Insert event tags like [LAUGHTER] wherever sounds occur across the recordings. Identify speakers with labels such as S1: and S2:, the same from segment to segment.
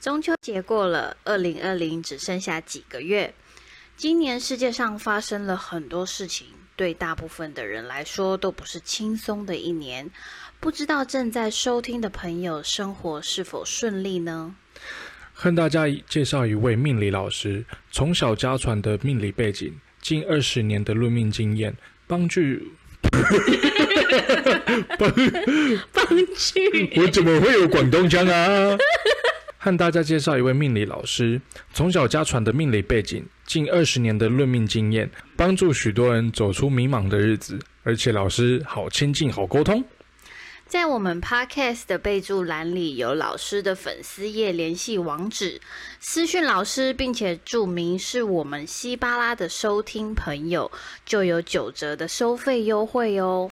S1: 中秋节过了，二零二零只剩下几个月。今年世界上发生了很多事情，对大部分的人来说都不是轻松的一年。不知道正在收听的朋友，生活是否顺利呢？
S2: 和大家介绍一位命理老师，从小家传的命理背景，近二十年的论命经验，帮助
S1: 帮剧
S2: [LAUGHS] 我怎么会有广东腔啊？和大家介绍一位命理老师，从小家传的命理背景，近二十年的论命经验，帮助许多人走出迷茫的日子。而且老师好亲近，好沟通。
S1: 在我们 podcast 的备注栏里有老师的粉丝页联系网址，私讯老师，并且注明是我们西巴拉的收听朋友，就有九折的收费优惠哦。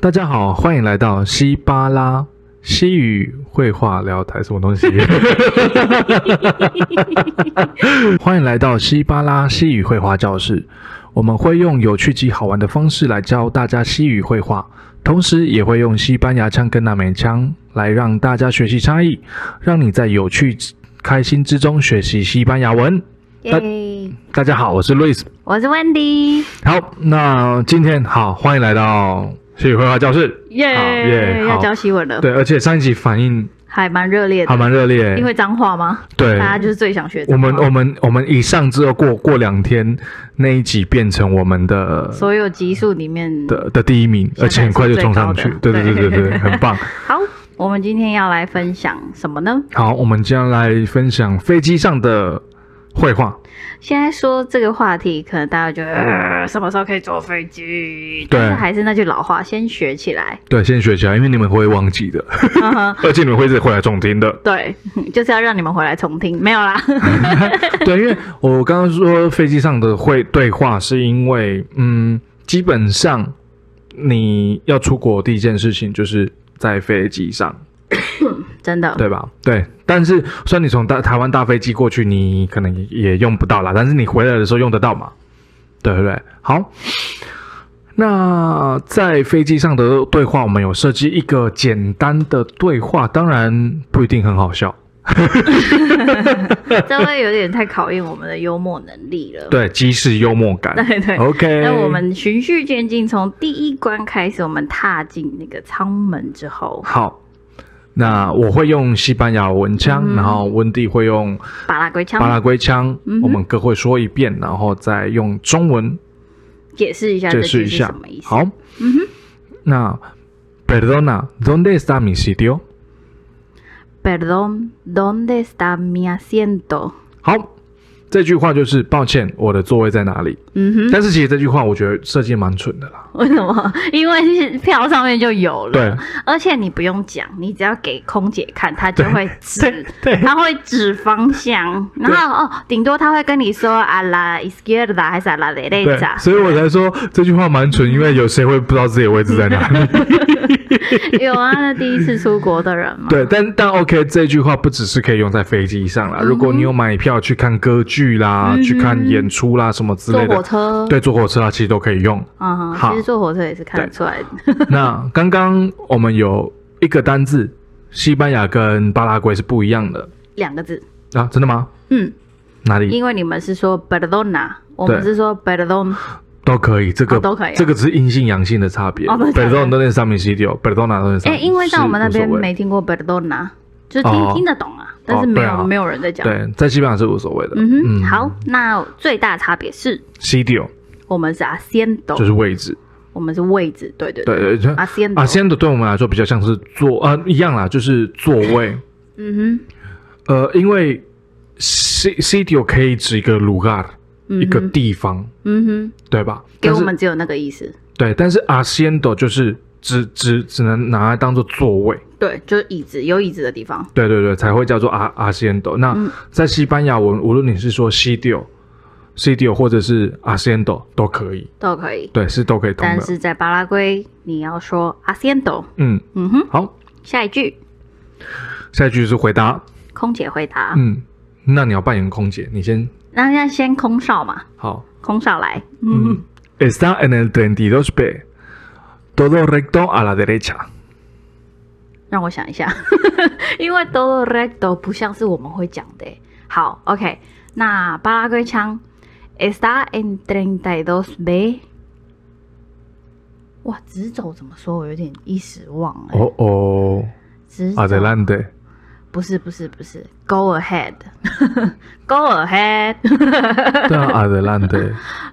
S2: 大家好，欢迎来到西巴拉西语绘画聊台，什么东西？欢迎来到西巴拉西语绘画教室，我们会用有趣及好玩的方式来教大家西语绘画，同时也会用西班牙腔跟南美腔来让大家学习差异，让你在有趣、开心之中学习西班牙文。
S1: 耶、
S2: 大家好，我是 Louis。
S1: 我是 Wendy，
S2: 好，那今天好，欢迎来到西语绘画教室。
S3: 耶、
S2: 好耶
S3: 要
S2: 好
S3: 教西文了，
S2: 对，而且上一集反应
S3: 还蛮热烈
S2: 还
S3: 的。
S2: 蛮热烈，
S3: 因为脏话吗？
S2: 对
S3: 大家就是最想学脏
S2: 我
S3: 话。
S2: 们哦我们我们一上之后过过两天那一集变成我们的
S3: 所有集数里面
S2: 的的第一名，而且很快就冲上去，
S3: 下载
S2: 对
S3: 数最高
S2: 对对
S3: 的
S2: 对对，
S3: [LAUGHS] 对
S2: 很棒。
S3: 好，我们今天要来分享什么呢？
S2: 好，我们将来分享飞机上的绘画，
S3: 现在说这个话题，可能大家觉得、呃、什么时候可以坐飞机？
S2: 对
S3: 但是还是那句老话，先学起来。
S2: 对，先学起来，因为你们会忘记的，
S3: 嗯哼
S2: [LAUGHS] 而且你们会是回来重听的。
S3: [LAUGHS] 对，就是要让你们回来重听，没有啦。
S2: 对，因为我刚刚说飞机上的会对话，是因为嗯，基本上你要出国第一件事情就是在飞机上，
S3: [LAUGHS] 真的，
S2: 对吧？对，但是虽然你从大台湾大飞机过去，你可能也用不到啦，但是你回来的时候用得到嘛，对不对？好，那在飞机上的对话，我们有设计一个简单的对话，当然不一定很好笑，
S3: 这会有点太考验我们的幽默能力了。
S2: 对，即是幽默感。
S3: 对 [LAUGHS] 对
S2: OK，
S3: 那我们循序渐进，从第一关开始，我们踏进那个舱门之后，
S2: 好。那我会用西班牙文腔，
S3: 嗯
S2: 然后温蒂会用
S3: 巴拉圭
S2: 巴拉
S3: 腔
S2: 圭腔，
S3: 嗯哼
S2: 我们各会说一遍，然后再用中文
S3: [LAUGHS] 解释一下这
S2: 解释
S3: 句
S2: 一
S3: 是
S2: 下
S3: 什么意。思。
S2: 好，
S3: 嗯哼
S2: 那 Perdona, ¿dónde está mi sitio？
S3: ，Perdón, ¿dónde está mi asiento？
S2: 好，这句话就是抱歉，我的座位在哪里？
S3: 嗯哼，
S2: 但是其实这句话我觉得设计蛮蠢的啦。
S3: 为什么？因为是票上面就有了，
S2: 对
S3: 而且你不用讲，你只要给空姐看，她就会指，
S2: 对
S3: 她会指方向，然后哦，顶多她会跟你说啊啦 izquierda 还是啊啦 derecha，
S2: 所以我才说这句话蛮蠢，因为有谁会不知道自己的位置在哪
S3: [LAUGHS]
S2: 里？
S3: 有啊，那第一次出国的 [LAUGHS] 人嘛，
S2: 对，但但 OK，这句话不只是可以用在飞机上
S3: 嗯
S2: 啦。如果你有买票去看歌剧啦、去看演出啦什么之
S3: 坐
S2: 类
S3: 火
S2: 的，
S3: 车，
S2: 对，坐火车啊，其实都可以用。
S3: 嗯
S2: 好
S3: 哼，其实坐火车也是看得出来的。
S2: 那刚刚我们有一个单字，西班牙跟巴拉圭是不一样的
S3: 两个字，
S2: 啊，真的吗？
S3: 嗯，
S2: 哪里
S3: 因为你们是说 perdona，我们是说 perdon，
S2: 都可以，这个、
S3: 哦都可以啊
S2: 这个只是阴性阳性的差别。
S3: 哦都可以
S2: Perdón 都在上面 c i t o p e r d ó n a 都在上
S3: 哎，
S2: 面。
S3: 因为在我们那
S2: 是
S3: 边
S2: 无所谓
S3: 没听过 perdona，就是
S2: 哦
S3: 听听得懂啊，但是没
S2: 对啊
S3: 有没有人在讲。
S2: 对，在西班牙是无所谓的。
S3: 嗯哼，好，那最大差别是
S2: c i t o
S3: 我们是 asiento，
S2: 就是位置。
S3: 我们是位置，对对
S2: 对对对。
S3: ，asiento，
S2: 啊，现在对我们来说比较像是座啊、一样啦，就是座位。
S3: 嗯
S2: 呃，因为 c c i o 可以指一个 lugar，、
S3: 哼，
S2: 一个
S3: 嗯哼
S2: 地方，
S3: 嗯哼，
S2: 对吧？
S3: 给
S2: 但
S3: 我
S2: 是
S3: 们只有那个意思，
S2: 对，但是 asiento 就是只只只能拿来当做座位，
S3: 对，就是椅子，有椅子的地方，
S2: 对对对，才会叫做 a asiento。那、
S3: 嗯
S2: 在西班牙文，无论你是说 sitio、sitio 或者是 asiento 都可以，
S3: 都可以。
S2: 对，是都可以通
S3: 但
S2: 的。
S3: 是在巴拉圭，你要说 asiento，
S2: 嗯，
S3: 嗯哼，
S2: 好，
S3: 下一句
S2: 下一句是回答。
S3: 空姐回答，
S2: 嗯那你要扮演空姐，你先
S3: 那那先空少嘛，
S2: 好。
S3: 空少来，嗯，
S2: Está en el 32B. Todo recto a la derecha.
S3: 让我想一下， [LAUGHS] 因为 do recto 不像是我们会讲的欸。好，OK，那巴拉圭腔 está en treinta y dos b。哇，直走怎么说？我有点一时忘了。
S2: Oh, oh.
S3: 直走 [LAUGHS]
S2: Adelante.
S3: 不是不是不是，go [LAUGHS] ahead，go ahead。 [LAUGHS]
S2: 对啊，Adelante.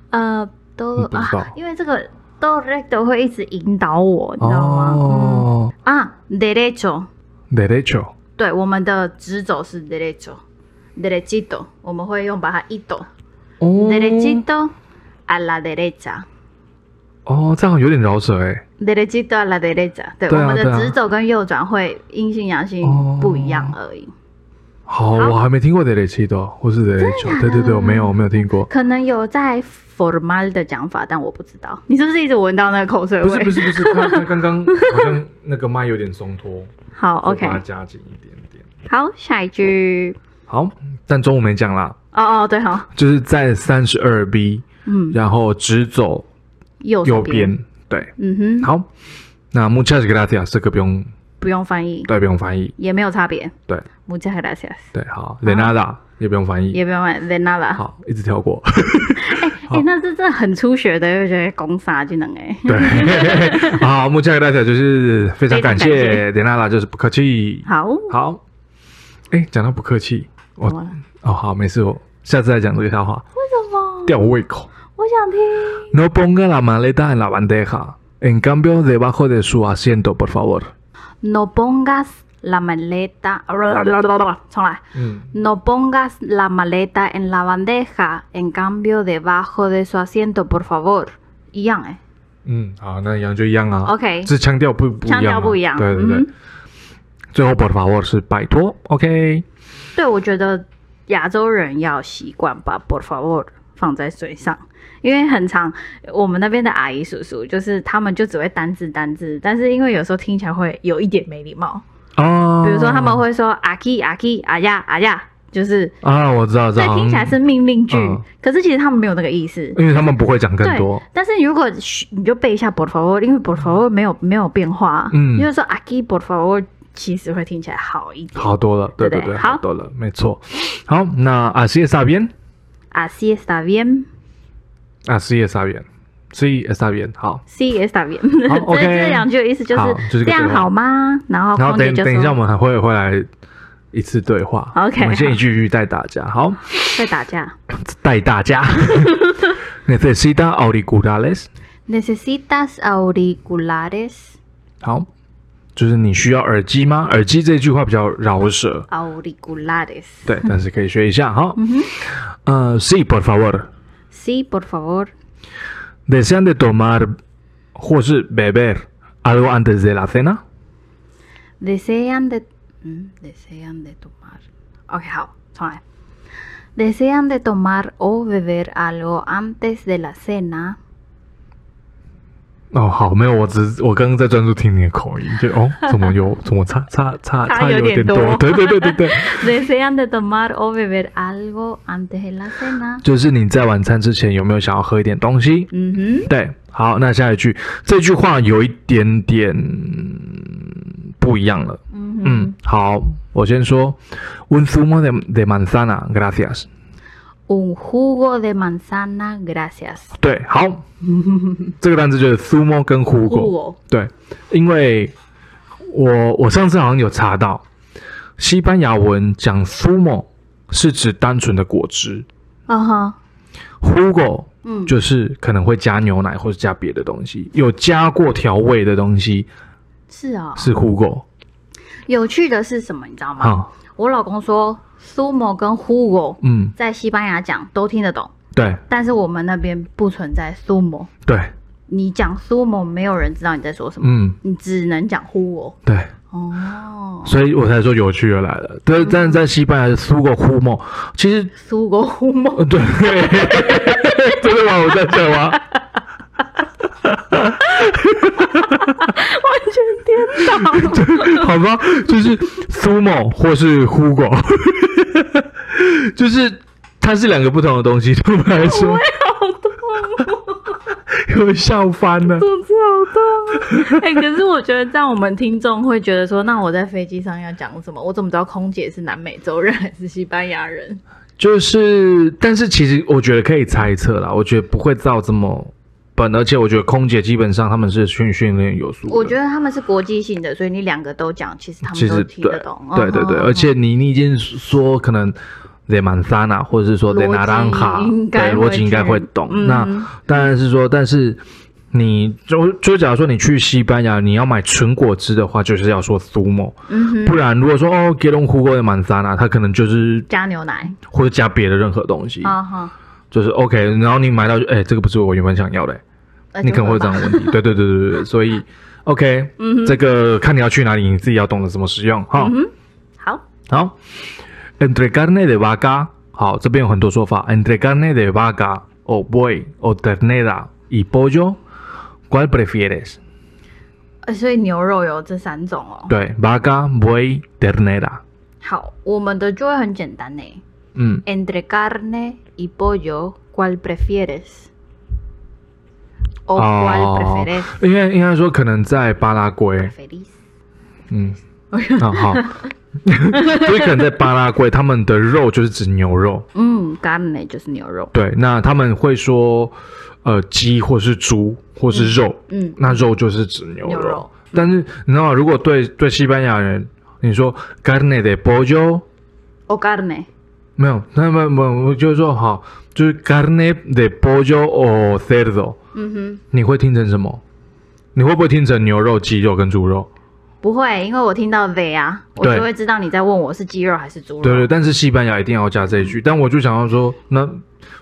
S3: 呃，都
S2: 我不知道
S3: 啊，因为这个 do recto 会一直引导我，你知道吗？嗯
S2: 哦、
S3: 啊，derecho。
S2: d e r e c h o
S3: 对，我们的直走是 derecho，derechito，我们会用把它一抖、
S2: 哦
S3: d e r e c h i t o a la derecha，derechito
S2: 哦，这样有点饶舌哎。
S3: a la derecha，对，
S2: 对啊
S3: 我们
S2: 对啊
S3: 的直走跟右转会阴性阳性
S2: 哦
S3: 不一样而已。
S2: 好，我还没听过 d e r e c h i t o 或是 d e r e c h o 对对对，我没有我没有听
S3: [LAUGHS]
S2: 过。
S3: 可能有在 formal 的讲法，但我不知道。你是不是一直闻到那个口水
S2: 不是
S3: 味？
S2: 不是不是，他他刚刚好像那个麦有点松脱，
S3: 好
S2: 我把它
S3: [LAUGHS] ，OK，
S2: 加紧一点点。
S3: 好，下一句。
S2: 好，但中午没讲啦，
S3: 哦哦，对哈、
S2: 就是在三十二 B，
S3: 嗯，
S2: 然后直走
S3: 右手
S2: 右边。对，
S3: 嗯哼，
S2: 好，那 muchas gracias 这个不用
S3: 不用翻译，
S2: 对不用翻译，
S3: 也没有差别。
S2: 对
S3: Muchas gracias，
S2: 对，好 de nada 也不用翻译，
S3: 也不用 de nada。
S2: 好，一直跳过。
S3: 哎、那这真的很初学的，就觉得攻杀技能哎。
S2: 对，好，目前给大家就是非常感
S3: 非常感
S2: 谢典娜拉，就是不客气。
S3: [LAUGHS] 好，
S2: 好，哎，讲到不客气，我
S3: 怎么了？
S2: 哦好，没事，我下次再讲这个笑话，
S3: 为什么？
S2: 吊胃口。
S3: 我想听。
S2: No ponga la maleta en la bandeja. En cambio, debajo de su asiento, por favor.
S3: No pongas la maleta，重来。
S2: 嗯，
S3: No pongas la maleta en la bandeja, en cambio debajo de su asiento, por favor。一样哎、
S2: 嗯，好，那一样就一样啊。
S3: OK
S2: 这腔调不不一样啊、
S3: 腔调不一样
S2: 对对对。
S3: 嗯
S2: 最后，por favor 是拜托，OK。
S3: 对，我觉得亚洲人要习惯把 por favor 放在嘴上，因为很常我们那边的阿姨叔叔，就是他们就只会单字单字，但是因为有时候听起来会有一点没礼貌。
S2: 哦，
S3: 比如说他们会说阿 k 阿 k 阿呀阿呀，就是
S2: 啊，我知道，知
S3: 对
S2: 道，，
S3: 听起来是命令句
S2: 嗯，
S3: 可是其实他们没有那个意思。
S2: 因为他们不会讲更
S3: 对
S2: 多。，
S3: 但是你如果学你就背一下 por favor，因为 por favor 没有没有变化，
S2: 嗯
S3: 你就说阿 k por favor，其实会听起来好一点。
S2: 好多了，对
S3: 对不
S2: 对，
S3: 对
S2: 好
S3: 好
S2: 多了，没错。好，那 así está bien，así
S3: Así está bien，sí
S2: está bien，sí está bien。好，
S3: está bien。 [LAUGHS]
S2: 好
S3: 所以
S2: OK
S3: 这两句的意思就
S2: 好
S3: 是
S2: 就是这个
S3: 这样
S2: 对话
S3: 好吗？然后
S2: 然后
S3: 哦空姐
S2: 等
S3: 就
S2: 等一下，我
S3: 说
S2: 们还会回来一次对话。
S3: [LAUGHS] OK，
S2: 我们先一句一句带大家。好，
S3: 在打架。
S2: 带大家。Necesita auriculares。
S3: Necesitas auriculares
S2: 好，就是你需要耳机吗？耳机这句话比较饶舌，
S3: auriculares [LAUGHS]
S2: 对，但是可以学一下。好，
S3: 嗯
S2: 呃，sí por favor。
S3: sí por favor
S2: Desean de tomar 或是 beber algo antes de la cena。
S3: Desean de... 嗯 desean de tomar. Ok, 好，重来。Desean de tomar o beber algo antes de la cena. [LAUGHS]
S2: 哦，好，没有，我只是我刚刚在专注听你的口音，就哦，怎么有怎么差差差
S3: 差
S2: 差
S3: 有
S2: 点
S3: 点多
S2: 对对对对对，
S3: Desean de tomar o beber algo antes de la cena.
S2: 就是你在晚餐之前有没有想要喝一点东西？
S3: 嗯哼，
S2: 对，好，那下一句这句话有一点点嗯不一样了。
S3: 嗯哼。
S2: 嗯，好，我先说，un zumo de de manzana gracias。
S3: Un jugo de manzana, gracias.
S2: 对，
S3: [LAUGHS]
S2: 好，这个单词就是 zumo 跟 jugo。对，因为我我上次好像有查到，西班牙文讲 sumo 是指单纯的果汁
S3: 啊哈，
S2: ，hugo
S3: 嗯，
S2: 就是可能会加牛奶或者加别的东西，有加过调味的东西
S3: 是啊、
S2: 是 hugo
S3: 有趣的是什么，你知道吗？
S2: 啊，
S3: 我老公说 sumo 跟 jugo
S2: 嗯，
S3: 在西班牙讲都听得懂，
S2: 对
S3: 但是我们那边不存在 sumo。
S2: 对，
S3: 你讲 sumo，没有人知道你在说什么，
S2: 嗯
S3: 你只能讲 jugo。
S2: 对，
S3: 哦嗯
S2: 所以我才说有趣而来了。但但是在西班牙的 sugo humo 其实
S3: ，sugo jugo，
S2: 呃对， [LAUGHS] 真的吗？我在这吗？ [LAUGHS]
S3: 完全颠倒。
S2: 好吧，就是 sumo 或是 hugo， [LAUGHS] 就是它是两个不同的东西，对我们来说
S3: 好
S2: [LAUGHS]
S3: 痛哦，
S2: 有笑翻了。
S3: 肚子好痛。哎、可是我觉得这样，我们听众会觉得说，那我在飞机上要讲什么？我怎么知道空姐是南美洲人还是西班牙人？
S2: 嗯就是，但是其实我觉得可以猜测啦，我觉得不会造这么笨，而且我觉得空姐基本上他们是训训练有素的，
S3: 我觉得他们是国际性的，所以你两个都讲，其实他
S2: 其
S3: 们
S2: 实
S3: 都听
S2: 对
S3: 得懂。嗯
S2: 对对对，而且你你已经说可能。雷曼萨纳，啊或者是说雷纳兰哈
S3: 逻辑应，该
S2: 对
S3: 会嗯
S2: 逻辑应该会懂。那当然是说，但是你就就假如说你去西班牙，你要买纯果汁的话，就是要说苏某，
S3: 嗯哼，
S2: 不然如果说哦给龙湖或者曼萨纳，它啊可能就是
S3: 加牛奶
S2: 或者加别的任何东西，
S3: 啊哈，
S2: 就是 OK。然后你买到就，哎、这个不是我原本想要的、
S3: 那
S2: 你
S3: 就
S2: 可能会有
S3: 吧
S2: 这样的问题。对对对对对对，所以 OK，、
S3: 嗯
S2: 这个看你要去哪里，你自己要懂得怎么使用哈。
S3: 嗯哼，好，
S2: 好，entre carne de vaca，好，这边有很多说法，entre carne de vaca o buey o ternera y pollo，¿cuál prefieres？
S3: 呃所以牛肉有这三种哦。
S2: 对，vaca, buey, ternera，
S3: 好，我们的就会很简单呢。
S2: 嗯，
S3: Entre carne y pollo, ¿cuál prefieres? ¿O
S2: 哦
S3: cuál prefieres?
S2: 应该应该说可能在巴拉圭，
S3: Preferís.
S2: 嗯， [LAUGHS] 啊好，所以可能在巴拉圭，他们的肉就是指牛肉，
S3: 嗯，carne Mm, 就是牛肉。
S2: 对，那他们会说，呃，鸡或是猪或是肉，
S3: 嗯，
S2: 那肉就是指牛肉。
S3: 牛肉嗯
S2: 但是你知道吗，如果对对西班牙人，你说 carne de pollo，
S3: o carne。
S2: 没有，那么我我就是说好，就是 carne de pollo o cerdo，
S3: 嗯
S2: 你会听成什么？你会不会听成牛肉、鸡肉跟猪肉？
S3: 哼，不会，因为我听到 ve 啊，我
S2: 对
S3: 就会知道你在问我是鸡肉还是猪肉。
S2: 对对，但是西班牙一定要加这一
S3: 嗯
S2: 句。但我就想要说，那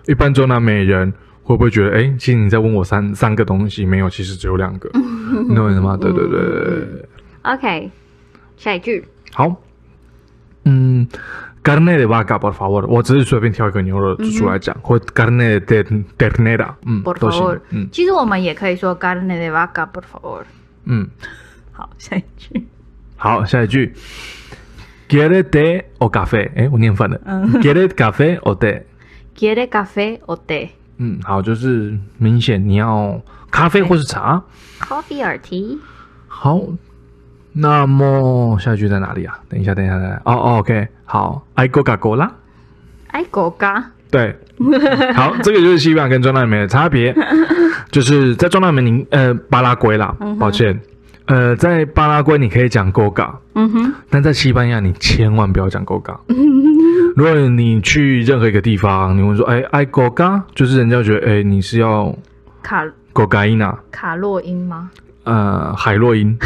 S2: 一般中南美人会不会觉得，哎，其实你在问我三三个东西，没有，其实只有两
S3: [LAUGHS]
S2: 个，
S3: 嗯
S2: 你懂我意思吗？对对对对对对。
S3: OK，下一句。
S2: 好，嗯，carne de vaca por favor，我只是随便挑一个牛肉出来讲，或 carne de ternera，嗯
S3: 嗯 Por，
S2: 都行
S3: favor，，
S2: 嗯
S3: 其实我们也可以说 carne de vaca por favor。
S2: 嗯，
S3: 好，下一句。
S2: 好，下一句，quiere té o café，哎，我念反了，quiere
S3: 嗯
S2: [LAUGHS] café o té，
S3: ¿Quiere café o té?
S2: 嗯，好，就是明显你要咖啡或是茶，
S3: Coffee or tea？
S2: 好。那么下一句在哪里啊？等一下，等一下，等一下。哦、哦，OK，好，I go ga go 啦。
S3: 哎，狗嘎。 [LAUGHS]
S2: 对，好，这个就是西班牙跟中南美的差别，就是在中南美你呃巴拉圭啦，
S3: 嗯
S2: 抱歉，呃，在巴拉圭你可以讲 Goga，
S3: 嗯哼。
S2: 但在西班牙你千万不要讲 Goga。如果你去任何一个地方，你问说哎哎 Goga，就是人家觉得哎你是要
S3: 卡
S2: Gogaina，
S3: 卡洛因吗？
S2: 呃海洛因，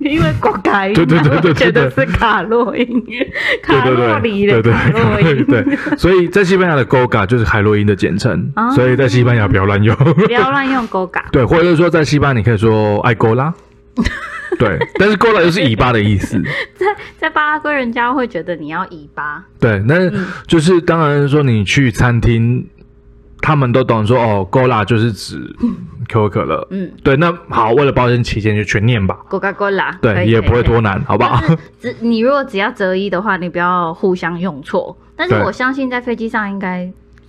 S3: 因为果卡因，
S2: 对对对对对对
S3: 我觉得是卡洛因，
S2: 对
S3: 卡
S2: 对
S3: 洛里
S2: 对对
S3: 的卡洛
S2: 对
S3: 因，
S2: 对对，所以在西班牙的 Goga 就是海洛因的简称
S3: 啊，
S2: 所以在西班牙不要乱用。 [LAUGHS]
S3: 不要乱用狗嘎。
S2: 对，或者是说在西班牙你可以说爱勾
S3: [LAUGHS]
S2: 拉，对，但是勾拉就是尾巴的意思，
S3: 在在巴拉圭，人家会觉得你要尾巴，
S2: 对，那就是当然说你去餐厅，他们都懂说哦，勾拉就是指可口可乐，
S3: 嗯，
S2: 对，那好，为了保险起见就全念吧，
S3: 狗嘎狗啦，可
S2: 对，
S3: 以
S2: 也不会。
S3: 可以
S2: 多难，好不好？ [LAUGHS]
S3: 只你如果只要择一的话，你不要互相用错。但是
S2: 对
S3: 我相信在飞机上应该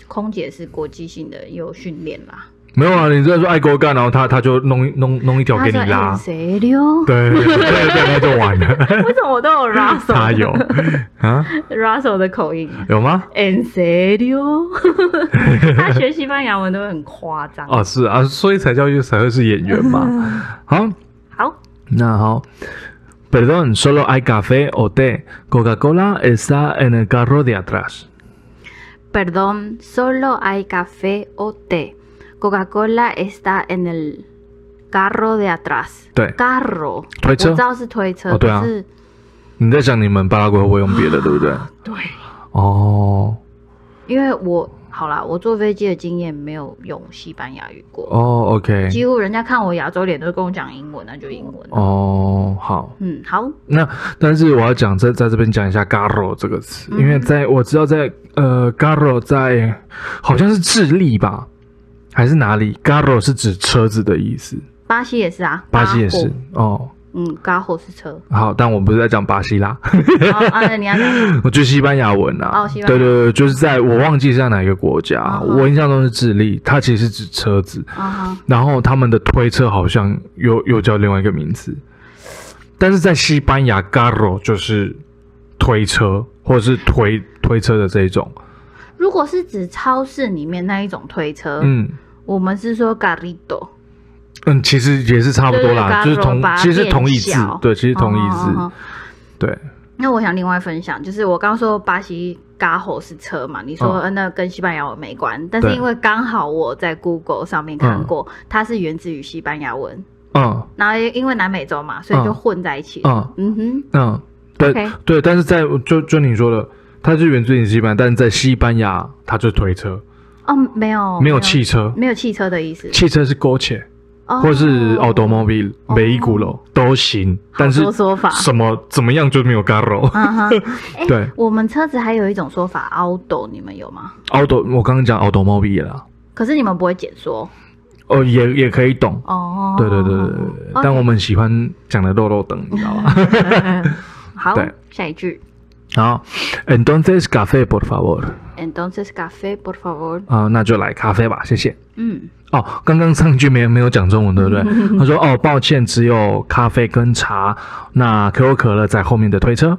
S3: 空姐是国际性的有训练啦。
S2: 没有啊，你这说爱勾干，然后他他就弄弄弄一条给你拉， [LAUGHS]
S3: 谁溜？
S2: 对对对对，那就完了，
S3: 为什么我都有
S2: [LAUGHS]
S3: Russell
S2: 他有啊
S3: Russell 的
S2: [LAUGHS]
S3: 口音
S2: 有吗？[LAUGHS]
S3: ？En serio？他学西班牙文都会很夸张。
S2: 哦，是啊，所以才叫才会是演员嘛，好。
S3: 好，
S2: 那好，Perdón, solo hay café o té. Coca-Cola está en el carro de atrás.
S3: Perdón, solo hay café o té. Coca-Cola está en el carro de atrás.
S2: 对
S3: Carro，
S2: 推车
S3: 我知道是推车，
S2: 哦对啊
S3: 可是
S2: 你在想你们巴拉圭会不会用别的，对不对？
S3: 对，
S2: 哦
S3: 因为我好啦，我坐飞机的经验没有用西班牙语过，
S2: 哦，OK，
S3: 几乎人家看我亚洲脸都跟我讲英文，那就英文。
S2: 哦好。
S3: 嗯，好，
S2: 那但是我要讲在在这边讲一下 “garro” 这个词，因为在我知道在呃 “garro” 在好像是智利吧，还是哪里？“garro” 是指车子的意思，
S3: 巴西也是啊，
S2: 巴西也
S3: 火
S2: 是哦。
S3: 嗯，嘎火是车。
S2: 好，但我们不是在讲巴西啦， [LAUGHS]
S3: 然后啊，你要讲什么
S2: 我去西班牙文啊。
S3: 哦西班牙
S2: 对对对，就是在我忘记是在哪一个国家，
S3: 哦哦
S2: 我印象中是智利，它其实是指车子，
S3: 啊哈，
S2: 然后他们的推车好像又又叫另外一个名字，但是在西班牙 carro 就是推车或者是推推车的这一种，
S3: 如果是指超市里面那一种推车，
S2: 嗯。
S3: 我们是说 garito，
S2: 嗯，其实也是差不多啦，就是
S3: 对对
S2: 同
S3: 把它
S2: 其实是同义
S3: 变
S2: 字
S3: 小，
S2: 对，其实同义字，
S3: 哦哦哦
S2: 对，
S3: 那我想另外分享，就是我刚说巴西嘎吼是车嘛，你说、
S2: 嗯
S3: 呃那跟西班牙文没关，但是
S2: 对
S3: 因为刚好我在 Google 上面看过，它是源自于西班牙文，
S2: 嗯
S3: 然后因为南美洲嘛，所以就
S2: 嗯
S3: 混在一起。嗯
S2: 嗯
S3: 哼，
S2: 嗯，对
S3: OK
S2: 对，但是在就就你说的，它是源自于西班牙，但是在西班牙它就是推车，
S3: 哦，没有，
S2: 没有汽，车，
S3: 没有汽车的意思，
S2: 汽车是 coche
S3: 哦
S2: 或是 automobile、
S3: 哦
S2: vehiculo 都行，但是
S3: 好多说法。
S2: 什么怎么样就没有 carro，
S3: 嗯哼，哎
S2: [LAUGHS] 对
S3: 我们车子还有一种说法 auto，你们有吗？
S2: auto 我刚刚讲 automobile 啦，
S3: 可是你们不会简缩
S2: 哦也也可以懂，
S3: 哦。
S2: 对对对对对，
S3: OK
S2: 但我们喜欢讲的肉肉等，你知道
S3: [LAUGHS]
S2: 吗？
S3: 好
S2: 对，
S3: 下一句
S2: 好，entonces café por favor。
S3: ，entonces café por favor。
S2: 啊、那就来咖啡吧，谢谢。
S3: 嗯，
S2: 哦，刚刚上一句没没有讲中文，对不
S3: [LAUGHS]
S2: 对？他说哦，抱歉，只有咖啡跟茶，那可口可乐在后面的推车。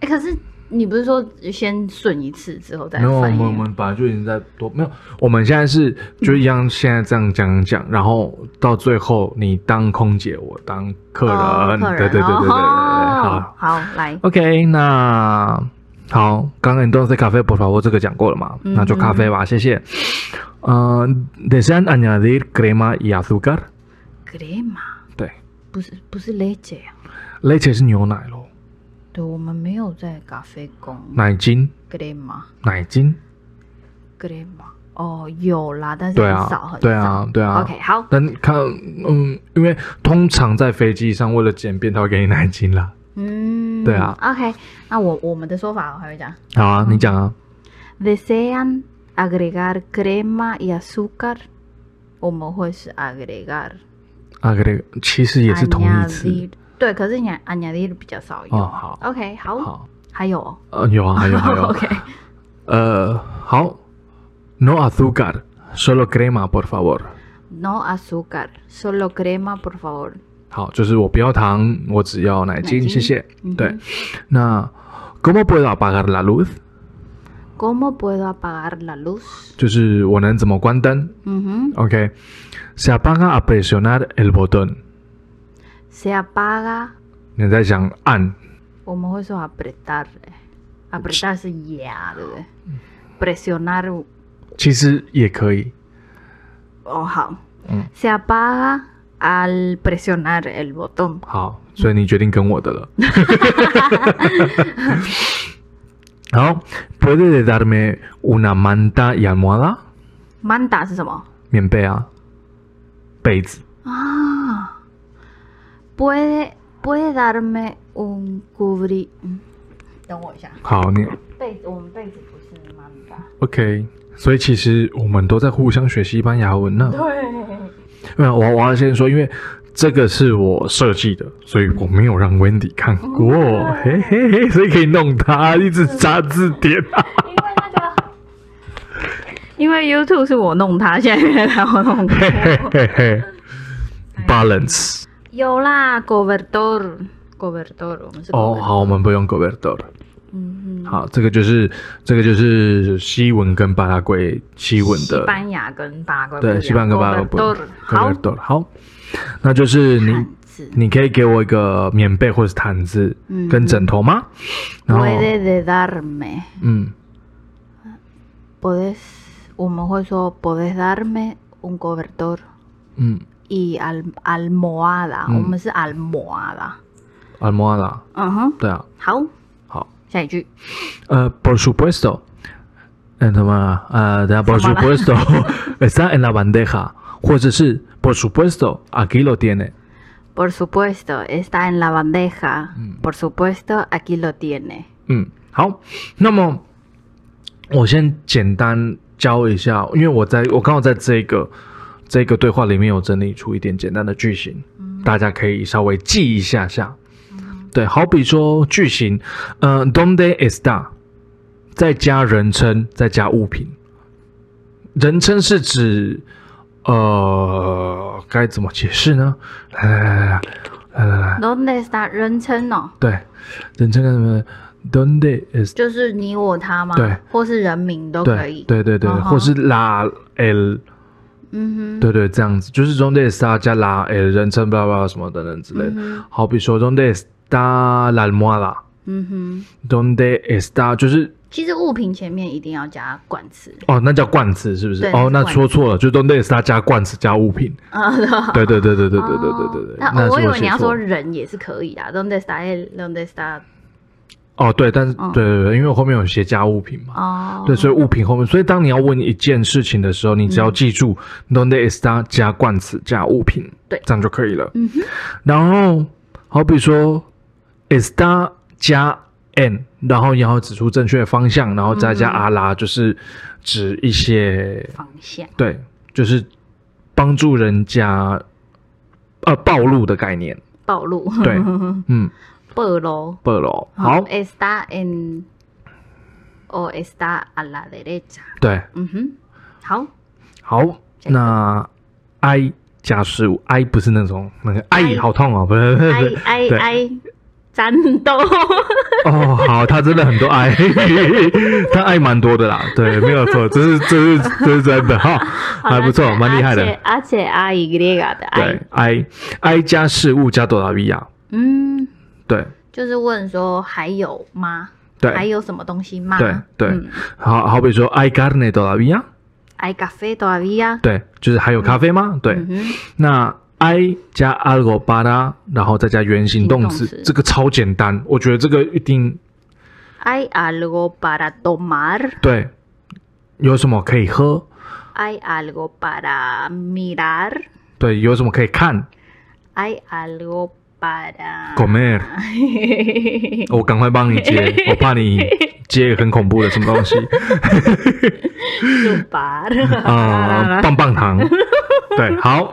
S3: 哎、可是你不是说先顺一次之后再
S2: 没有，我
S3: 翻
S2: 们
S3: 译
S2: 我
S3: 吗？
S2: 们本来就已经在多没有，我们现在是就一样，现在这样讲讲，然后到最后你当空姐，我当客人，
S3: 哦客人
S2: 对对对对对对对，
S3: 哦
S2: 好
S3: 好来，
S2: ，OK，那好，刚刚你都是咖啡不法，我这个讲过了嘛，
S3: 嗯
S2: 那就咖啡吧，谢谢。呃，desean añadir crema y azúcar。
S3: crema
S2: 对
S3: 不是不是 leche 啊，
S2: ，leche 是牛奶咯，
S3: 对我们没有在咖啡宫
S2: 奶精，
S3: crema
S2: 奶精。
S3: crema 哦有啦，但是
S2: 对
S3: 很
S2: 啊
S3: 少很少，
S2: 对啊对啊
S3: OK 好，
S2: 但看，嗯，因为通常在飞机上为了简便，他会给你奶精啦。
S3: 嗯，
S2: 对啊
S3: ，OK，那我我们的说法我还会讲
S2: 好啊，你讲啊。
S3: desean agregar crema y azúcar，我们会是 agregar
S2: 啊，这个其实也是同义词
S3: añadir，对，可是你 añadir 比较少用。
S2: 哦。好，
S3: OK，好，
S2: 好，
S3: 还有哦，
S2: 呃，有啊，还有还有，
S3: [LAUGHS] OK，
S2: 呃，好，no azúcar，solo crema por favor。
S3: No azúcar, solo crema, por favor。
S2: 好，就是我不要糖，我只要奶精，
S3: 奶精
S2: 谢谢
S3: 嗯哼。
S2: 对，那 cómo puedo apagar la luz？
S3: ¿Cómo puedo apagar la luz？
S2: 就是我能怎么关灯？
S3: 嗯哼
S2: OK. Se apaga a presionar el botón.
S3: ，se apaga，
S2: 你在想按
S3: 我们会说 apretar，apretar、apretar 是压，对不对？presionar，
S2: 其实也可以。
S3: 哦好、
S2: 嗯
S3: s e apaga al presionar el botón。
S2: 好，所以你决定跟我的了。 [LAUGHS] 好，¿Puede darme una manta y almohada？
S3: manda 是什么
S2: 棉被啊，被子。
S3: 啊？puede puede darme un cubri？嗯等我一下，
S2: 好，你
S3: 被子我们被子不是 manda。
S2: OK。所以其实我们都在互相学西班牙文呢。
S3: 对。
S2: 没有，我我要先说，因为这个是我设计的，所以我没有让 Wendy 看过，
S3: 嗯
S2: 嘿嘿嘿，所以可以弄他一直查字典、
S3: 因为那个，因为 YouTube 是我弄它，现在原来我弄
S2: 嘿嘿嘿嘿，balance。
S3: 有啦，cobertor，cobertor，我们是
S2: 哦，
S3: cobertor，
S2: 好，我们不用 Goberto 了。
S3: 哎嗯
S2: 好，这个就是这个就是西文跟巴拉圭西文
S3: 嗯，西
S2: 的，
S3: 班牙跟巴拉圭不一样
S2: 对，西班牙跟巴拉圭
S3: cobertor，好，
S2: Goberto。好，那就是你
S3: 汉字
S2: 你可以给我一个棉被或是毯子
S3: 嗯
S2: 跟枕头吗？然后，
S3: puede de darme，puedes，
S2: 嗯，
S3: 我们会说 puedes darme un cobertor。
S2: 嗯，
S3: y al almohada，、
S2: 嗯
S3: 我们是 almohada。
S2: 阿莫拉，
S3: 嗯哼，
S2: 对啊，
S3: 好，
S2: 好。
S3: 下一句。
S2: Uh, por supuesto. Eh, toma, ah, da, por
S3: 什么啦
S2: supuesto. [LAUGHS] Está en la bandeja. 或者是 por supuesto, aquí lo tiene.
S3: Por supuesto, está en la bandeja. Por supuesto, aquí lo tiene.
S2: 嗯，好。那么我先简单教一下，因为我在我刚好在这个这个对话里面有整理出一点简单的句型。大家可以稍微记一下下。对，好比说句型，嗯、呃、，donde está，再加人称，再加物品。人称是指，呃，该怎么解释呢？来来来来来来来，
S3: ，Donde está 人称哦，
S2: 对，人称该怎么？donde es
S3: 就是你我他吗？
S2: 对，
S3: 或是人名都可
S2: 对
S3: 以。
S2: 对对对，
S3: 嗯哼
S2: 或是拉 l，
S3: 嗯
S2: 对对，这样子就是 donde está 加拉 l 人称巴拉巴拉什么等等之类
S3: 嗯
S2: 的。好比说 donde está la almohada，donde
S3: 哼，嗯哼。
S2: está 就是
S3: 其实物品前面一定要加冠词。
S2: 哦，那叫冠词是不是？
S3: 对
S2: 哦，
S3: 那
S2: 那
S3: 是
S2: 说错了，就 donde está 加冠词加物品。
S3: [LAUGHS] 啊，对吧
S2: 对对对对对对对对
S3: 哦
S2: 对对。
S3: 那我
S2: 是
S3: 以为你
S2: 写
S3: 要
S2: 错
S3: 说
S2: 了
S3: 人也是可以啊，Donde está el，Donde está
S2: 哦，对，但是对
S3: 嗯
S2: 对对，因为我后面有写加物品嘛。
S3: 哦，
S2: 对，所以物品后面，所以当你要问一件事情的时候，你只要记住 “donde está” 加冠词加物品，
S3: 嗯对
S2: 这样就可以了。
S3: 嗯哼，
S2: 然后好比说 “está” 加 “n”，然后你要指出正确的方向，然后再
S3: 嗯
S2: 加阿拉，就是指一些
S3: 方向，
S2: 对，就是帮助人家呃暴露的概念。
S3: 暴露，
S2: 对，嗯，
S3: [LAUGHS] 暴露。哦
S2: 暴露。好，
S3: ，está en o está a la derecha。
S2: 对，
S3: 嗯哼，好，
S2: 好，那 i 加十五，i 不是那种那个 i
S3: I
S2: 好痛哦，不是不是不
S3: 哎
S2: 是
S3: 哎
S2: 对
S3: 哎， [LAUGHS] 战斗，
S2: [LAUGHS] 哦，好，他真的很多 i，他 i 蛮多的啦，对，没有错，这是这是这是真的哈， [LAUGHS] 还不错，蛮厉害
S3: [LAUGHS]
S2: 的。
S3: 而且阿姨那个的
S2: 对
S3: 哎，
S2: i i 加事物加多拉比亚，
S3: 嗯，
S2: 对
S3: 就是问说还有吗？还
S2: 对
S3: 有什么东西吗？
S2: 对对，
S3: 嗯
S2: 好好比说 i carne 多拉比亚，
S3: ，hay café todavía。
S2: 对，就是还有咖啡吗？对，
S3: 嗯哼，
S2: 那 I 加 algo para，然后再加原形动词
S3: 形动，词
S2: 这个超简单，我觉得这个一定
S3: hay algo para tomar。
S2: 对。有什么可以喝？
S3: Hay algo para mirar.
S2: 对，有什么可以看
S3: Hay algo para...
S2: ？Comer，我赶快帮你接，我怕你接很恐怖的什么东西
S3: [LAUGHS] chupar.
S2: [LAUGHS] 啊、棒棒
S3: [LAUGHS]
S2: 糖。对，好，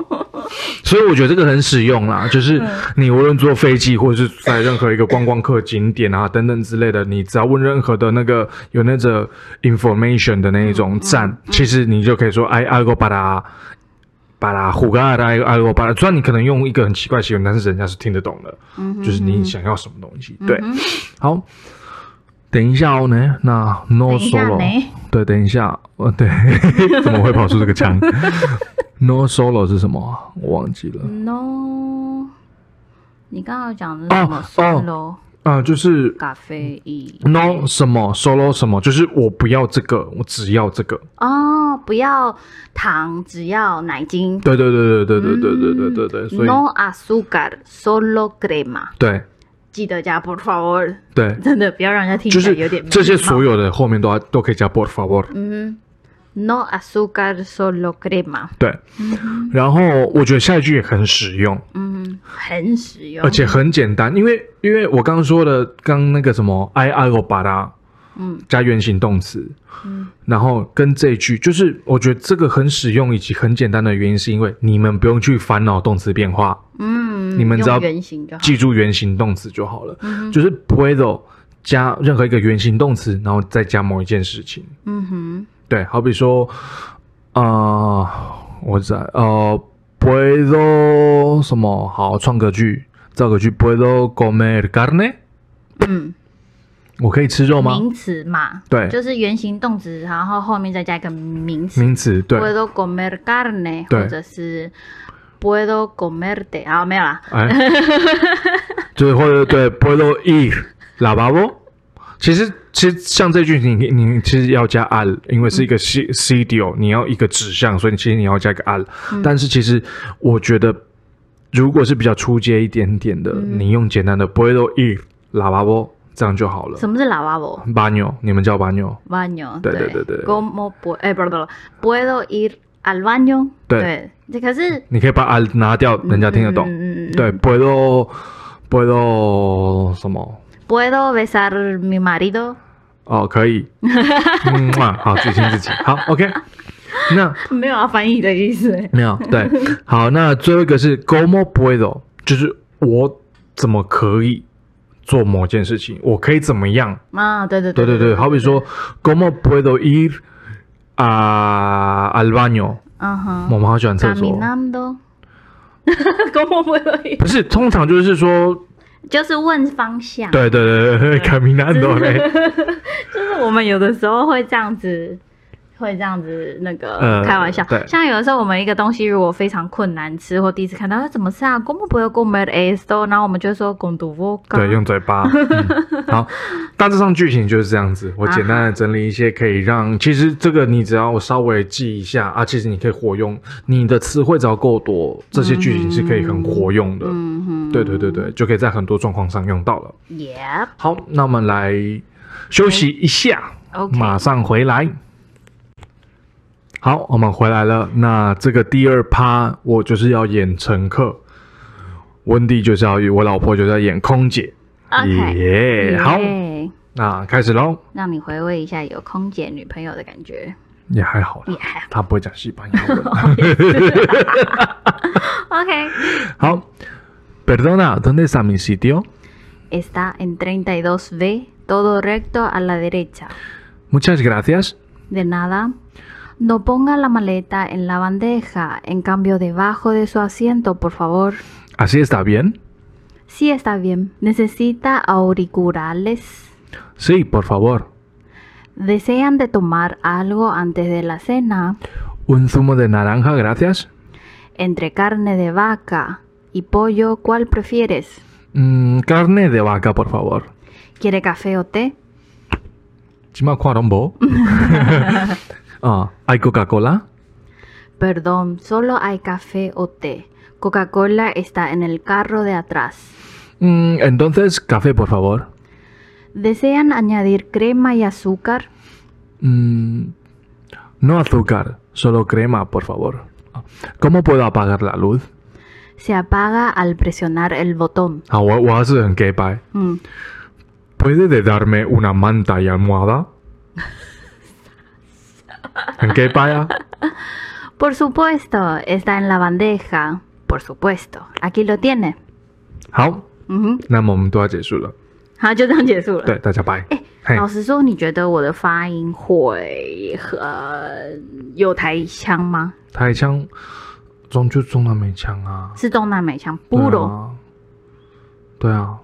S2: 所以我觉得这个很实用啦，
S3: 嗯
S2: 就是你无论坐飞机或者是在任何一个观光客景点啊等等之类的，你只要问任何的那个有那个 information 的那一
S3: 嗯
S2: 种站，其实你就可以说哎，algo para para jugar 哎 algo para，虽然你可能用一个很奇怪的形容，但是人家是听得懂的，
S3: 嗯
S2: 就是你想要什么东西。对，好，等一下哦呢，那 no
S3: 等一下
S2: solo，
S3: 呢
S2: 对，等一下，呃，对，怎么会跑出这个枪？No solo 是什么啊？我忘记了
S3: No. 你刚刚讲的
S2: 哦
S3: 是什么
S2: 哦
S3: solo
S2: 啊、就是
S3: 咖啡意
S2: no 什么 solo 什么，就是我不要这个，我只要这个。
S3: 哦，不要糖，只要奶精。
S2: 对对对对对对对对对对对，所以
S3: No azúcar, solo crema。
S2: 对
S3: 记得加 por favor， [LAUGHS]
S2: 对，
S3: 真的不要让人家听
S2: 就
S3: 起来
S2: 是
S3: 有点没
S2: 这些
S3: 礼貌
S2: 所有的后面都要都可以加 por favor。
S3: No azúcar, solo crema，
S2: 对，然后我觉得下一句也很实用，
S3: 嗯，很实用，
S2: 而且很简单，因为因为我刚刚说的，刚那个什么 i i o 巴拉，嗯，加原形动词，嗯，然后跟这一句，就是我觉得这个很实用以及很简单的原因，是因为你们不用去烦恼动词变化，
S3: 嗯，
S2: 你们只要
S3: 用原型就好。
S2: 记住原形动词就好了，
S3: 嗯
S2: 就是 puedo 加任何一个原形动词，然后再加某一件事情，
S3: 嗯哼，
S2: 对，好比说，呃，我在呃，puedo 什么？好，创个句，造个句，puedo comer carne？
S3: 嗯，
S2: 我可以吃肉吗？
S3: 名词嘛，
S2: 对
S3: 就是原形动词，然后后面再加一个名词。
S2: 名词，对，
S3: Puedo comer carne，
S2: 对
S3: 或者是 Puedo comerte，啊，没有啦， [LAUGHS]
S2: 哎，就是或者对，puedo ir la babo？其实，其实像这句你，你你其实要加 al，因为
S3: 嗯
S2: 是一个 c c d 哦 o，你要一个指向，所以其实你要加个 al、但
S3: 嗯
S2: 是其实我觉得，如果是比较出街一点点的，
S3: 嗯
S2: 你用简单的 puedo ir la babo 这样就好了。
S3: 什么是 lavabo？
S2: 巴妞，你们叫巴妞，
S3: baño，
S2: 对对对对
S3: ，como pue，哎，不不不，puedo ir al baño，
S2: 对
S3: 对，可是
S2: 你可以把 al 拿掉，人家听得懂。
S3: 嗯嗯嗯
S2: 对，puedo puedo 什么？
S3: ，puedo besar mi marido， [LAUGHS]
S2: 哦，可以，嗯，哇好，自己亲自己，好，OK。那
S3: 没有要翻译的意思，
S2: 没有对，好，那最后一个是 como puedo，就是我怎么可以做某件事情，我可以怎么样？
S3: 啊，对对
S2: 对对
S3: 对
S2: 对，好比说，，¿Cómo puedo ir a al baño？
S3: 嗯
S2: 我
S3: 哼
S2: 们好喜欢厕
S3: 啊
S2: 所。
S3: ，caminando，como puedo ir？
S2: 不是，通常就是说，
S3: 就是问方向。
S2: 对对对对对，caminando [LAUGHS] 嘞，
S3: 就是我们有的时候会这样子，会这样子那个
S2: 呃
S3: 开玩笑。
S2: 对
S3: 像有的时候我们一个东西如果非常困难吃或第一次看到，它怎么吃啊？Como puedo comer esto？然后我们就说 con tu boca。
S2: 对，用嘴巴。嗯好，大致上剧情就是这样子。我简单的整理一些可以让，其实这个你只要稍微记一下啊，其实你可以活用，你的词汇只要够多，这些剧情是可以很活用的。
S3: 嗯哼，
S2: 对对对对，就可以在很多状况上用到了。
S3: ，Yep，
S2: 好，那我们来休息一下
S3: OK
S2: 马上回来。好，我们回来了。那这个第二趴，我就是要演乘客，温蒂就是要我老婆就是要演空姐。
S3: OK，
S2: 耶好，
S3: 耶
S2: 那开始喽。
S3: 让你回味一下有空姐女朋友的感
S2: [LAUGHS]
S3: 觉。
S2: 也还好啦
S3: 也还好，
S2: 他不会讲西班牙
S3: [LAUGHS]
S2: 文。[LAUGHS]
S3: OK，está
S2: 好，Perdona, ¿dónde está mi sitio?
S3: en 32 B, todo recto a la derecha.
S2: Muchas gracias.
S3: De nada. No ponga la maleta en la bandeja, en cambio debajo de su asiento, por favor.
S2: ¿Así está bien?
S3: Sí, está bien. Necesita auriculares.
S2: Sí, por favor.
S3: ¿Desean de tomar algo antes de la cena?
S2: Un zumo de naranja, gracias.
S3: Entre carne de vaca y pollo, ¿cuál prefieres?
S2: Mm, carne de vaca, por favor.
S3: ¿Quiere café o té?
S2: ¿Chima cuarombo? Ah, ¿Hay Coca-Cola?
S3: Perdón, solo hay café o té. Coca-Cola está en el carro de atrás.
S2: Mm, entonces, café, por favor.
S3: ¿Desean añadir crema y azúcar?
S2: Mm, no azúcar, solo crema, por favor. ¿Cómo puedo apagar la luz?
S3: Se apaga al presionar el botón.
S2: Ah, gay bye.
S3: Mm.
S2: ¿Puede de darme una manta y almohada? ¿En qué paya?
S3: Por supuesto, está en la bandeja. Por supuesto, aquí lo tiene.
S2: 好，
S3: 嗯哼，
S2: 那么我们都要结束了。
S3: 好，就这样结束了。
S2: 对，大家拜。嘿
S3: 老实说，你觉得我的发音会呃有台腔吗？
S2: 台腔中就中南美腔啊，
S3: 是东南美腔，
S2: 对
S3: 不懂，
S2: 啊，对啊，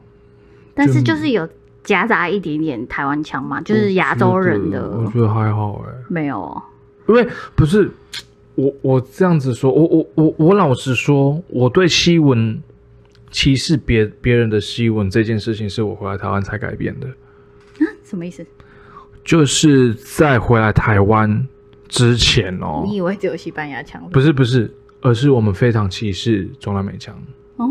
S3: 但是就是有夹杂一点点台湾腔嘛，就是亚洲人的，
S2: 我觉得还好哎、
S3: 没有哦。
S2: 因为不是我我这样子说，我我我我老实说，我对西文歧视别别人的西文这件事情，是我回来台湾才改变的。
S3: 什么意思？
S2: 就是在回来台湾之前哦，
S3: 你以为只有西班牙腔？
S2: 不是不是，而是我们非常歧视中南美腔，
S3: 哦，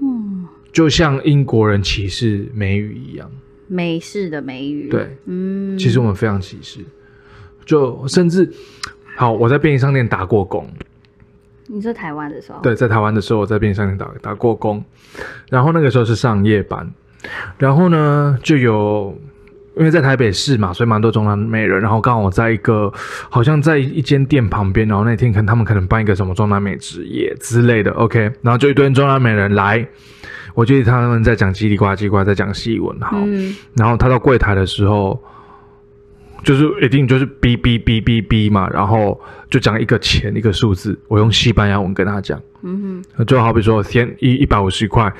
S3: 嗯，
S2: 就像英国人歧视美语一样。
S3: 美式的美语，，
S2: 对，
S3: 嗯，
S2: 其实我们非常歧视，就甚至好，我在便利商店打过工，
S3: 你说台湾的时候，
S2: 对，在台湾的时候我在便利商店打打过工，然后那个时候是上夜班，然后呢就有。因为在台北市嘛，所以蛮多中南美人。然后刚好我在一个，好像在一间店旁边，然后那天可能他们可能办一个什么中南美职业之类的，OK。然后就一堆中南美人来，我记得他们在讲叽里呱叽呱，在讲西文。好，
S3: 嗯，
S2: 然后他到柜台的时候，就是一定就是哔哔哔哔哔嘛，然后就讲一个钱一个数字，我用西班牙文跟他讲，
S3: 嗯
S2: 就好比说天一一百五十块，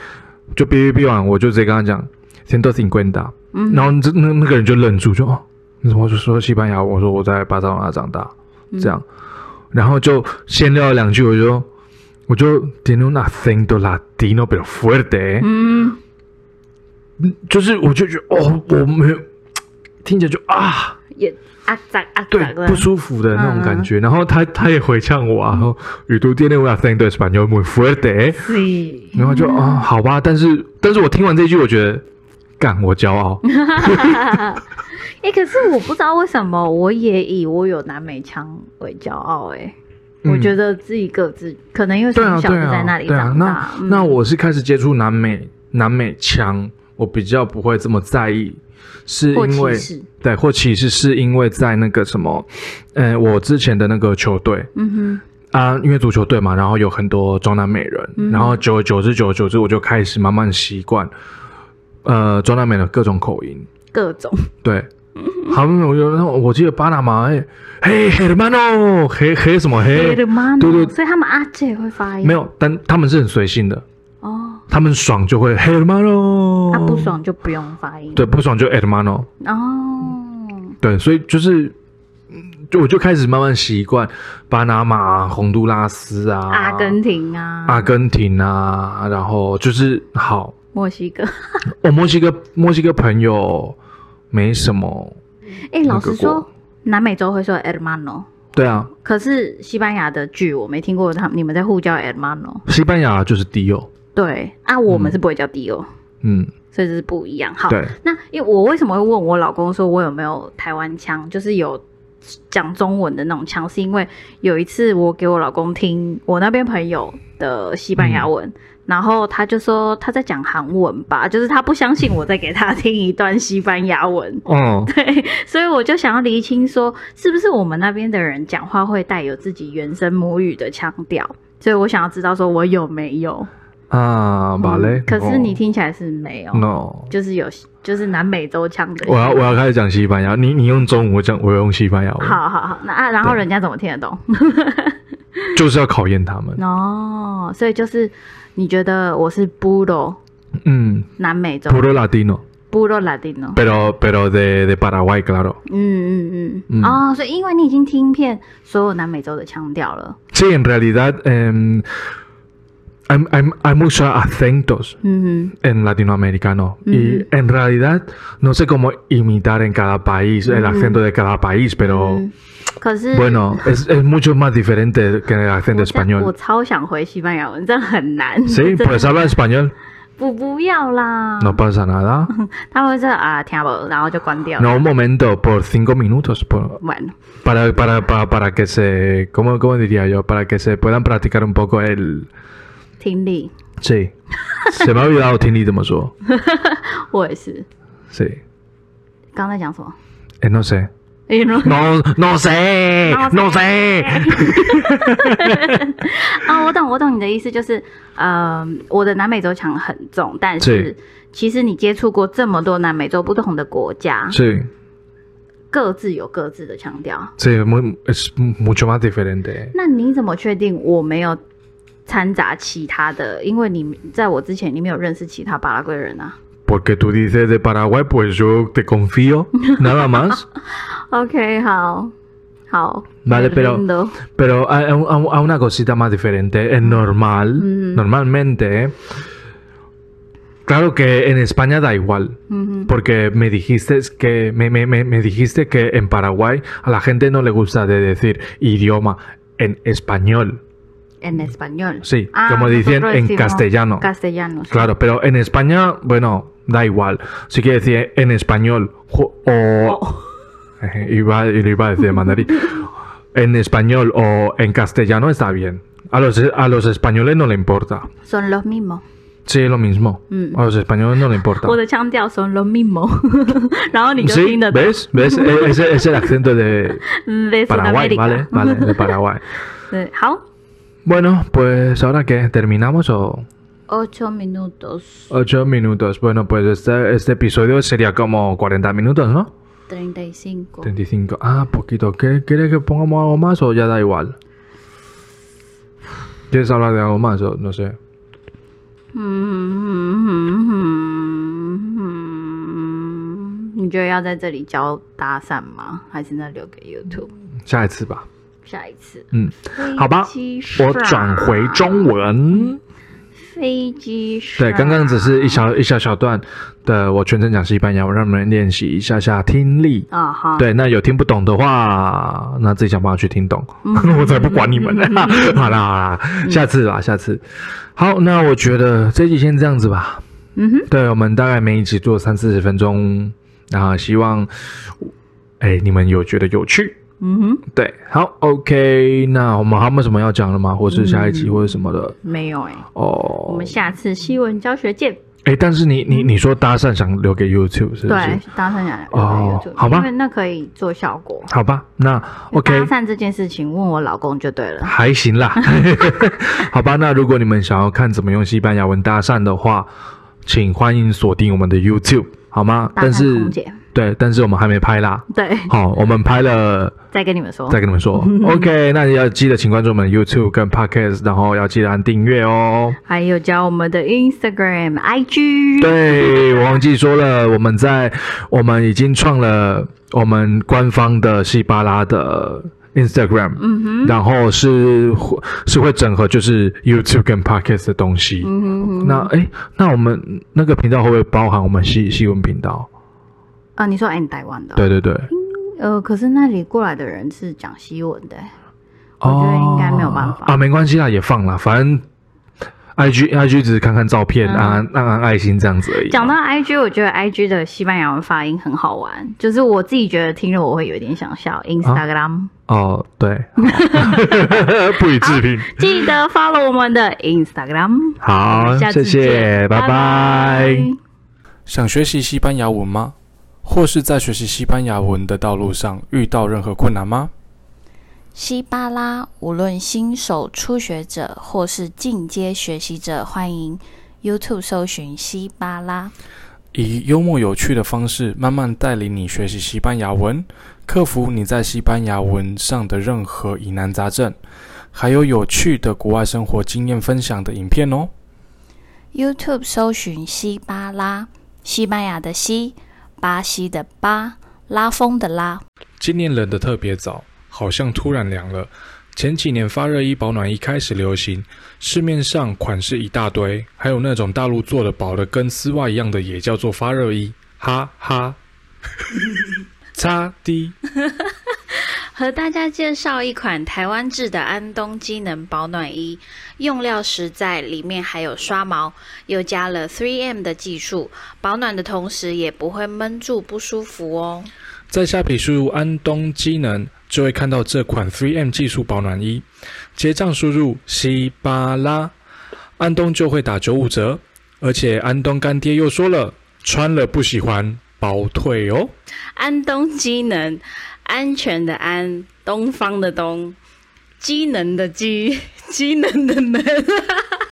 S2: 就哔哔哔完，我就直接跟他讲天多挺贵的，
S3: 嗯
S2: 然后这那那个人就愣住，就哦，你怎么就说西班牙文？我说我在巴塞罗那长大，
S3: 嗯
S2: 这样，然后就先聊了两句，我就说我就 tiene un acento latino pero fuerte，
S3: 哼，嗯，
S2: 就是我就觉得哦，我没有听起来就啊，
S3: 也啊咋啊
S2: 对
S3: 咋，的
S2: 不舒服的那
S3: 嗯
S2: 种感觉。然后他他也回呛我啊，然后语都电我 acento español muy
S3: [LAUGHS]
S2: fuerte，
S3: 是
S2: 然后就啊、好吧，但是但是我听完这句，我觉得干我骄
S3: [LAUGHS]
S2: 傲，
S3: 哎、可是我不知道为什么，我也以我有南美腔为骄傲哎、
S2: 嗯
S3: 我觉得自己各自可能因为从
S2: 对啊
S3: 小
S2: 对
S3: 就在那
S2: 啊
S3: 里
S2: 对啊
S3: 长，大，
S2: 那、
S3: 嗯
S2: 那我是开始接触南美南美腔，我比较不会这么在意。是
S3: 或
S2: 因为
S3: 歧视
S2: 对，或歧视是因为在那个什么，呃，我之前的那个球队，
S3: 嗯哼，
S2: 啊，因为足球队嘛，然后有很多中南美人，
S3: 嗯
S2: 然后久而久之，久而久之，我就开始慢慢习惯，呃，中南美的各种口音。
S3: 各种
S2: 对，好，我就那我记得巴拿马，哎嘿，hermano，嘿嘿什么
S3: 黑
S2: 嘿，
S3: 的吗？
S2: 哎对对
S3: 所以他们阿姐会发音
S2: 没有，但他们是很随性的，
S3: 哦，
S2: 他们爽就会 hermano，
S3: 他不，爽就不用发音。
S2: 对，不爽就 hermano，
S3: 哦，
S2: 对，所以就是。嗯就我就开始慢慢习惯巴拿马啊、洪都拉斯啊、
S3: 阿根廷啊，
S2: 阿根廷啊，然后就是好，
S3: 墨西哥。
S2: 我、墨西哥墨西哥朋友没什么，
S3: 哎，老实
S2: 那个
S3: 说
S2: 国，
S3: 南美洲会说 hermano，
S2: 对啊，
S3: 可是西班牙的剧我没听过他们你们在互叫 hermano。
S2: 西班牙就是 Dio，
S3: 对啊，我们是不会叫 Dio，
S2: 嗯，
S3: 所以这是不一样。好，
S2: 对，
S3: 那因为我为什么会问我老公说我有没有台湾腔，就是有讲中文的那种腔，是因为有一次我给我老公听我那边朋友的西班牙文，然后他就说他在讲韩文吧，就是他不相信我在给他听一段西班牙文， [LAUGHS]
S2: 嗯，
S3: 对，所以我就想要厘清说，是不是我们那边的人讲话会带有自己原生母语的腔调，所以我想要知道说我有没有。
S2: 啊，
S3: 好
S2: 马嘞、
S3: 可是你听起来是没有。
S2: no，
S3: 就是有就是南美洲腔的。
S2: 我要我要开始讲西班牙，你你用中文，我讲我用西班牙文，
S3: 好好好，那啊，然后
S2: 对
S3: 人家怎么听得懂？
S2: 就是要考验他们，
S3: 哦，所以就是你觉得我是 Buro
S2: 嗯
S3: 南美洲
S2: ，puro latino，pero
S3: Buro Latino？
S2: pero de de Paraguay claro，
S3: 嗯嗯嗯，
S2: 嗯
S3: 哦，所以因为你已经听遍所有南美洲的腔调了，
S2: sí en realidad em, hay- hay- hay muchos acentos
S3: 嗯哼，
S2: en latinoamericano.
S3: Ujú.
S2: Y en realidad no sé cómo imitar en cada país el
S3: Ujú.
S2: acento de cada país, pero
S3: 嗯可是
S2: bueno, es, es mucho más diferente que el
S3: 我
S2: acento
S3: 在我
S2: español.
S3: 超想回西班牙文，这很难。
S2: Sí,
S3: 真的
S2: pues habla español,
S3: 不不要啦，
S2: no pasa nada.
S3: 他会说啊听不懂，然后就关掉了。
S2: No, un momento, por cinco minutos, por-
S3: Bueno，
S2: para, para, para, para que se, ¿cómo, ¿cómo diría yo? Para que se puedan practicar un poco el...
S3: 听力
S2: Sí, [LAUGHS] se me ha olvidado Tini Mozo.
S3: 我也是。
S2: Sí,
S3: 刚才讲什么？
S2: Eh, no sé.
S3: 哎呦
S2: No, no sé, no sé.
S3: 啊，我懂，我懂你的意思，就是，呃，我的南美洲腔很重，但是
S2: 是
S3: 其实你接触过这么多南美洲不同的国家，
S2: Sí.
S3: 各自有各自的腔调，
S2: Sí, es, muy- es mucho más diferente.
S3: 那你怎么确定我没有掺杂其他的？因为你在我之前，你没有认识其他巴拉圭人啊。
S2: Porque tú dices de Paraguay, pues yo te [LAUGHS] confío, nada más.
S3: OK，好，好，
S2: Vale, pero-
S3: 的，
S2: Pero hay, hay- hay una cosita más diferente, es normal, normalmente. ¿eh? Claro que en España da igual,
S3: 嗯
S2: porque me dijiste es que me, me- me- me dijiste que en Paraguay a la gente no le gusta de decir idioma en español,
S3: 哼，en español，
S2: sí,
S3: Ah,
S2: como dicen
S3: nosotros
S2: en
S3: decimos
S2: castellano.
S3: castellano，
S2: Claro, pero en España, bueno, da igual. Si quiere decir en español ju- o...
S3: Oh.
S2: eh, Iba, iba a decir en
S3: [LAUGHS]
S2: mandarín. En español o en castellano está bien. A los, a los españoles no le importa.
S3: ，son los mismos。
S2: Sí, es lo mismo.
S3: Mm.
S2: A los españoles no le importa.
S3: 我的腔调 son los mismos，然后 [LAUGHS] 你就
S2: Sí,
S3: 听得懂。
S2: ¿ves?
S3: [LAUGHS]
S2: ¿Ves? E- Ese es el acento de
S3: De
S2: Paraguay, ¿vale?
S3: Sudamérica
S2: Vale,
S3: [LAUGHS]
S2: de Paraguay.
S3: 对，好
S2: Bueno, pues ahora que terminamos o...
S3: ，ocho minutos
S2: Ocho minutos. Bueno, pues este, este episodio sería como 40 minutos, ¿no?
S3: treinta y cinco。
S2: 35. Ah, poquito. ¿Qué, ¿Quieres que pongamos algo más o ya da igual? ¿Quieres hablar de algo más o no sé?
S3: 嗯，你觉得要在这里教搭讪吗？还是那留给 YouTube
S2: 下一次吧。
S3: 下一次？
S2: 嗯，好吧
S3: 飞机
S2: 我
S3: 上
S2: 转回中文。
S3: 飞机上。
S2: 对，刚刚只是一小一小小段的，我全程讲西班牙，我让你们练习一下下听力。
S3: 啊哈，
S2: 对，那有听不懂的话，那自己想办法去听懂， [LAUGHS] 我才不管你
S3: 嗯
S2: 们呢。 [LAUGHS] 好啦好啦，下次吧，下次。好，那我觉得这集先这样子吧。
S3: 嗯哼，
S2: 对，我们大概每一集做三四十分钟，然后希望，哎，你们有觉得有趣？
S3: 嗯哼，
S2: 对，好，OK，那我们还有没有什么
S3: 嗯
S2: 要讲的吗？或是下一集或者什么的？
S3: 没有哎、
S2: 哦，
S3: 我们下次西文教学见，
S2: 哎，但是你你你说搭讪想留给 YouTube 是不
S3: 对
S2: 是？，
S3: 搭讪讲
S2: 哦好吧
S3: 因为那可以做效果。
S2: 好吧，那 OK
S3: 搭讪这件事情，问我老公就对了。
S2: 还行啦，好吧。那如果你们想要看怎么用西班牙文搭讪的话，请欢迎锁定我们的 YouTube 好吗？
S3: 搭
S2: 但
S3: 讪
S2: 是
S3: 空姐，
S2: 对，但是我们还没拍啦。
S3: 对，
S2: 好，我们拍了，
S3: 再跟你们说
S2: 再，跟你们说。OK，那要记得请关注我们的 YouTube 跟 Podcast，然后要记得按订阅哦。
S3: 还有加我们的 Instagram、IG，
S2: 对，我忘记说了，我们在我们已经创了我们官方的西巴拉的 Instagram，嗯哼，然后是会是会整合就是 YouTube 跟 Podcast 的东西。
S3: 嗯哼哼
S2: 那哎，那我们那个频道会不会包含我们西西文频道？
S3: 啊，你说 and 台湾的，
S2: 对对对，
S3: 呃，可是那里过来的人是讲西文的，
S2: 我
S3: 觉得应该没有办法
S2: 啊，没关系啦，也放啦，反正 I G I G 只是看看照片，
S3: 嗯
S2: 按按按按爱心这样子而已。
S3: 讲到 IG，我觉得 IG 的西班牙文发音很好玩，就是我自己觉得听着我会有点想
S2: 啊
S3: 笑。Instagram，、
S2: 哦，对， [LAUGHS] 不予置评。
S3: 记得 follow 我们的 Instagram。
S2: 好，
S3: 下
S2: 谢
S3: 次
S2: 谢，
S3: 见，
S2: 拜拜。
S3: 拜
S4: 想学习西班牙文吗？或是在学习西班牙文的道路上遇到任何困难吗？
S5: 西巴拉，无论新手、初学者或是进阶学习者，欢迎 YouTube 搜寻西巴拉。
S4: 以幽默有趣的方式，慢慢带领你学习西班牙文，克服你在西班牙文上的任何疑难杂症，还有有趣的国外生活经验分享的影片哦。
S5: YouTube 搜寻西巴拉，西班牙的西，巴西的巴，拉风的拉。
S4: 今年冷得特别早，好像突然凉了。前几年发热衣、保暖衣开始流行，市面上款式一大堆，还有那种大陆做的薄的跟丝袜一样的，也叫做发热衣，哈哈。擦滴，
S1: 和大家介绍一款台湾制的安东机能保暖衣，用料实在，里面还有刷毛，又加了 3M 的技术，保暖的同时也不会闷住不舒服哦。
S4: 在虾皮输入安东机能，就会看到这款 3M 技术保暖衣。结账输入西巴拉，安东就会打九五折。而且安东干爹又说了，穿了不喜欢，包退哦。
S1: 安东机能，安全的安，东方的东，机能的机，机能的能。